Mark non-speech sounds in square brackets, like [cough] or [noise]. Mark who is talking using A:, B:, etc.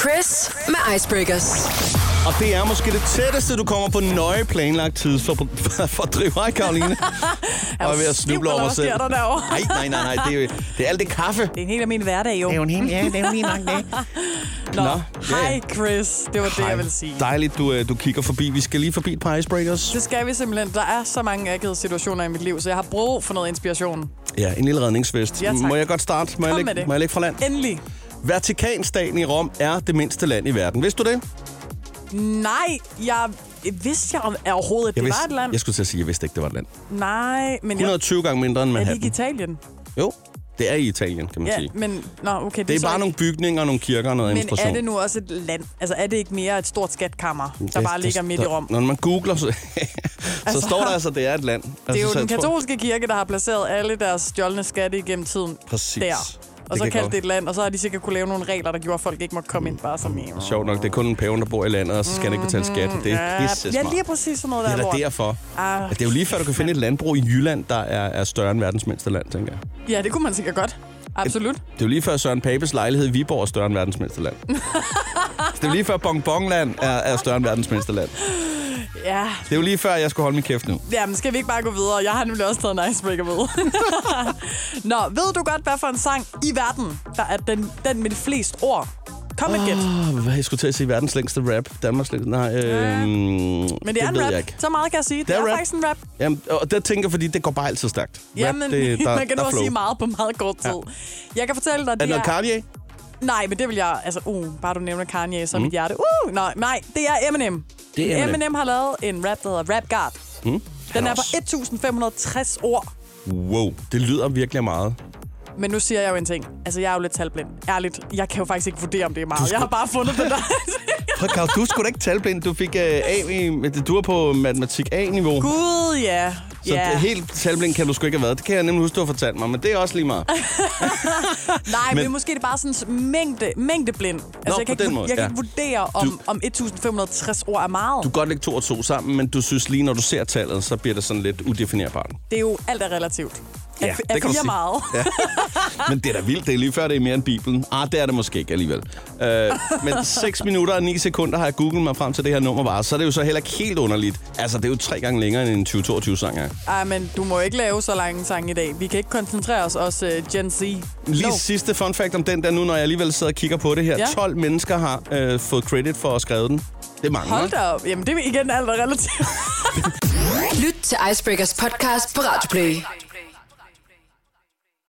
A: Chris med Icebreakers.
B: Og det er måske det tætteste, du kommer på nøje planlagt tid for, [laughs] for, for drivvej, Karoline.
C: [laughs] Er
B: Og
C: du
B: ved at
C: stiv,
B: snuble
C: eller
B: over
C: hvad
B: mig selv.
C: sker der derovre?
B: Nej, nej, nej, nej. Det er, jo, det er alt det kaffe.
C: Det er en helt almindelig hverdag, jo.
B: jo en hel, ja, det er jo lige nok det. Nå,
C: Nå,
B: ja,
C: hej
B: ja.
C: Chris. Det var det, jeg ville sige.
B: Dejligt, du, øh, du kigger forbi. Vi skal lige forbi et par icebreakers.
C: Det skal vi simpelthen. Der er så mange akavede situationer i mit liv, så jeg har brug for noget inspiration.
B: Ja, en lille redningsvest.
C: Ja, tak.
B: må jeg godt starte? Må jeg,
C: Kom med
B: lægge,
C: det.
B: må jeg lægge fra land?
C: Endelig.
B: Vatikanstaten i Rom er det mindste land i verden. Vidste du det?
C: Nej, jeg vidste jeg om er overhovedet, at det
B: vidste,
C: var et land.
B: Jeg skulle til at sige, at jeg vidste ikke, det var et land.
C: Nej, men jeg,
B: 120 gange mindre end
C: er det ikke
B: Manhattan.
C: Italien?
B: Jo, det er i Italien, kan man
C: Ja,
B: sige.
C: men... Nå, okay, det,
B: Det er
C: så
B: bare
C: ikke-
B: nogle bygninger, nogle kirker og noget
C: Men
B: administration.
C: er det nu også et land? Altså, er det ikke mere et stort skatkammer,
B: Ja,
C: der bare ligger midt i
B: står-
C: Rom?
B: Når man googler, så, [laughs] så står der altså, at det er et land.
C: Det er
B: altså,
C: jo
B: så
C: den
B: jeg tror-
C: katolske kirke, der har placeret alle deres stjålne skatte igennem tiden
B: Præcis.
C: der. Og
B: Det
C: så
B: kan
C: kaldte
B: godt-
C: det et land, og så har de sikkert kunne lave nogle regler, der gjorde, at folk ikke måtte komme ind bare som i.
B: Sjovt nok, Mm. det er kun en paven, der bor i landet, og så skal han ikke betale skat. Det er
C: Mm, Ja,
B: pisse
C: ja,
B: smart.
C: lige præcis sådan noget,
B: Det
C: der
B: er da
C: lort.
B: derfor.
C: Ah.
B: Ah, det er jo lige før, du kan finde et landbrug i Jylland, der er, er større end verdens mindste land, tænker jeg.
C: Ja, det kunne man sikkert godt. Absolut.
B: Det er jo lige før Søren Papes lejlighed i Viborg er større end verdens mindste
C: [laughs]
B: land. det er jo lige før Bongbongland er, er større end verdens mindste land.
C: Ja.
B: Det er jo lige før, jeg skulle holde min kæft nu.
C: Jamen, skal vi ikke bare gå videre? Jeg har nemlig også taget en icebreaker med. [laughs] Nå, ved du godt, hvad for en sang i verden, der er den, den med de flest ord? Kom et gæt.
B: Oh, hvad jeg skulle til at sige? Verdens længste rap. Danmarks længste... Nej, øh,
C: Men det er
B: ved
C: en
B: jeg
C: rap.
B: ikke.
C: Så meget kan jeg sige. Det,
B: Det er
C: er,
B: rap.
C: faktisk en rap.
B: Jamen, og det tænker jeg, fordi det går bare altid stærkt. Rap,
C: Jamen,
B: det,
C: [laughs] man kan
B: er
C: nu også
B: flow.
C: sige meget på meget kort tid. Jeg kan fortælle dig,
B: Er det noget Kanye?
C: Nej, men det vil jeg... Altså, uh, bare du nævner Kanye, så mm. mit hjerte... Uh, nej, nej, det er Eminem.
B: Det er Eminem.
C: Eminem har lavet en rap, der hedder Rap Guard. Mm. Den
B: Han
C: er
B: er
C: på
B: også-
C: 1560 ord.
B: Wow, det lyder virkelig af
C: [laughs]
B: meget.
C: Men nu siger jeg jo en ting. Altså, jeg er jo lidt talblind. Ærligt, jeg kan jo faktisk ikke vurdere, om det er meget. Jeg har bare fundet
B: [laughs]
C: den der.
B: Prøv, Karl, du skulle da ikke talblind. Du fik uh, A i, du er på matematik A-niveau.
C: Gud, ja.
B: Så
C: ja.
B: det, helt talblind kan du sgu ikke have været. Det kan jeg nemlig huske, du har fortalt mig, men det er også lige
C: [laughs]
B: meget.
C: Nej, men,
B: men-
C: men måske er det bare sådan en mængde, mængdeblind. Altså, jeg
B: på
C: kan, ikke,
B: den
C: vu-
B: måde,
C: jeg kan
B: ja.
C: ikke vurdere, om,
B: Du-
C: om 1560 ord er meget.
B: Du kan godt lægge to og to sammen, men du synes lige, når du ser tallet, så bliver det sådan lidt udefinerbart.
C: Det er jo alt er relativt.
B: Ja,
C: er,
B: det
C: er
B: kan du
C: fire
B: sige.
C: meget? [laughs]
B: Ja. Men det er da vildt. Det er lige før, det er mere end Bibelen. Ah, det er det måske ikke alligevel. Øh, men 6 minutter og 9 sekunder har jeg googlet mig frem til det her nummer var, så er det jo så heller ikke helt underligt. Altså, det er jo tre gange længere end en 2022-sang er.
C: Ej, men du må ikke lave så lange sange i dag. Vi kan ikke koncentrere os, os uh, Gen Z.
B: Lige
C: No.
B: no. sidste fun fact om den der nu, når jeg alligevel sidder og kigger på det her.
C: Ja.
B: Ja. 12 mennesker har øh, fået credit for at skrive den. Det er mange.
C: Hold
B: hva'?
C: da op. Jamen, det er igen alt er relativt.
A: Lyt til Icebreakers podcast på Radio Play.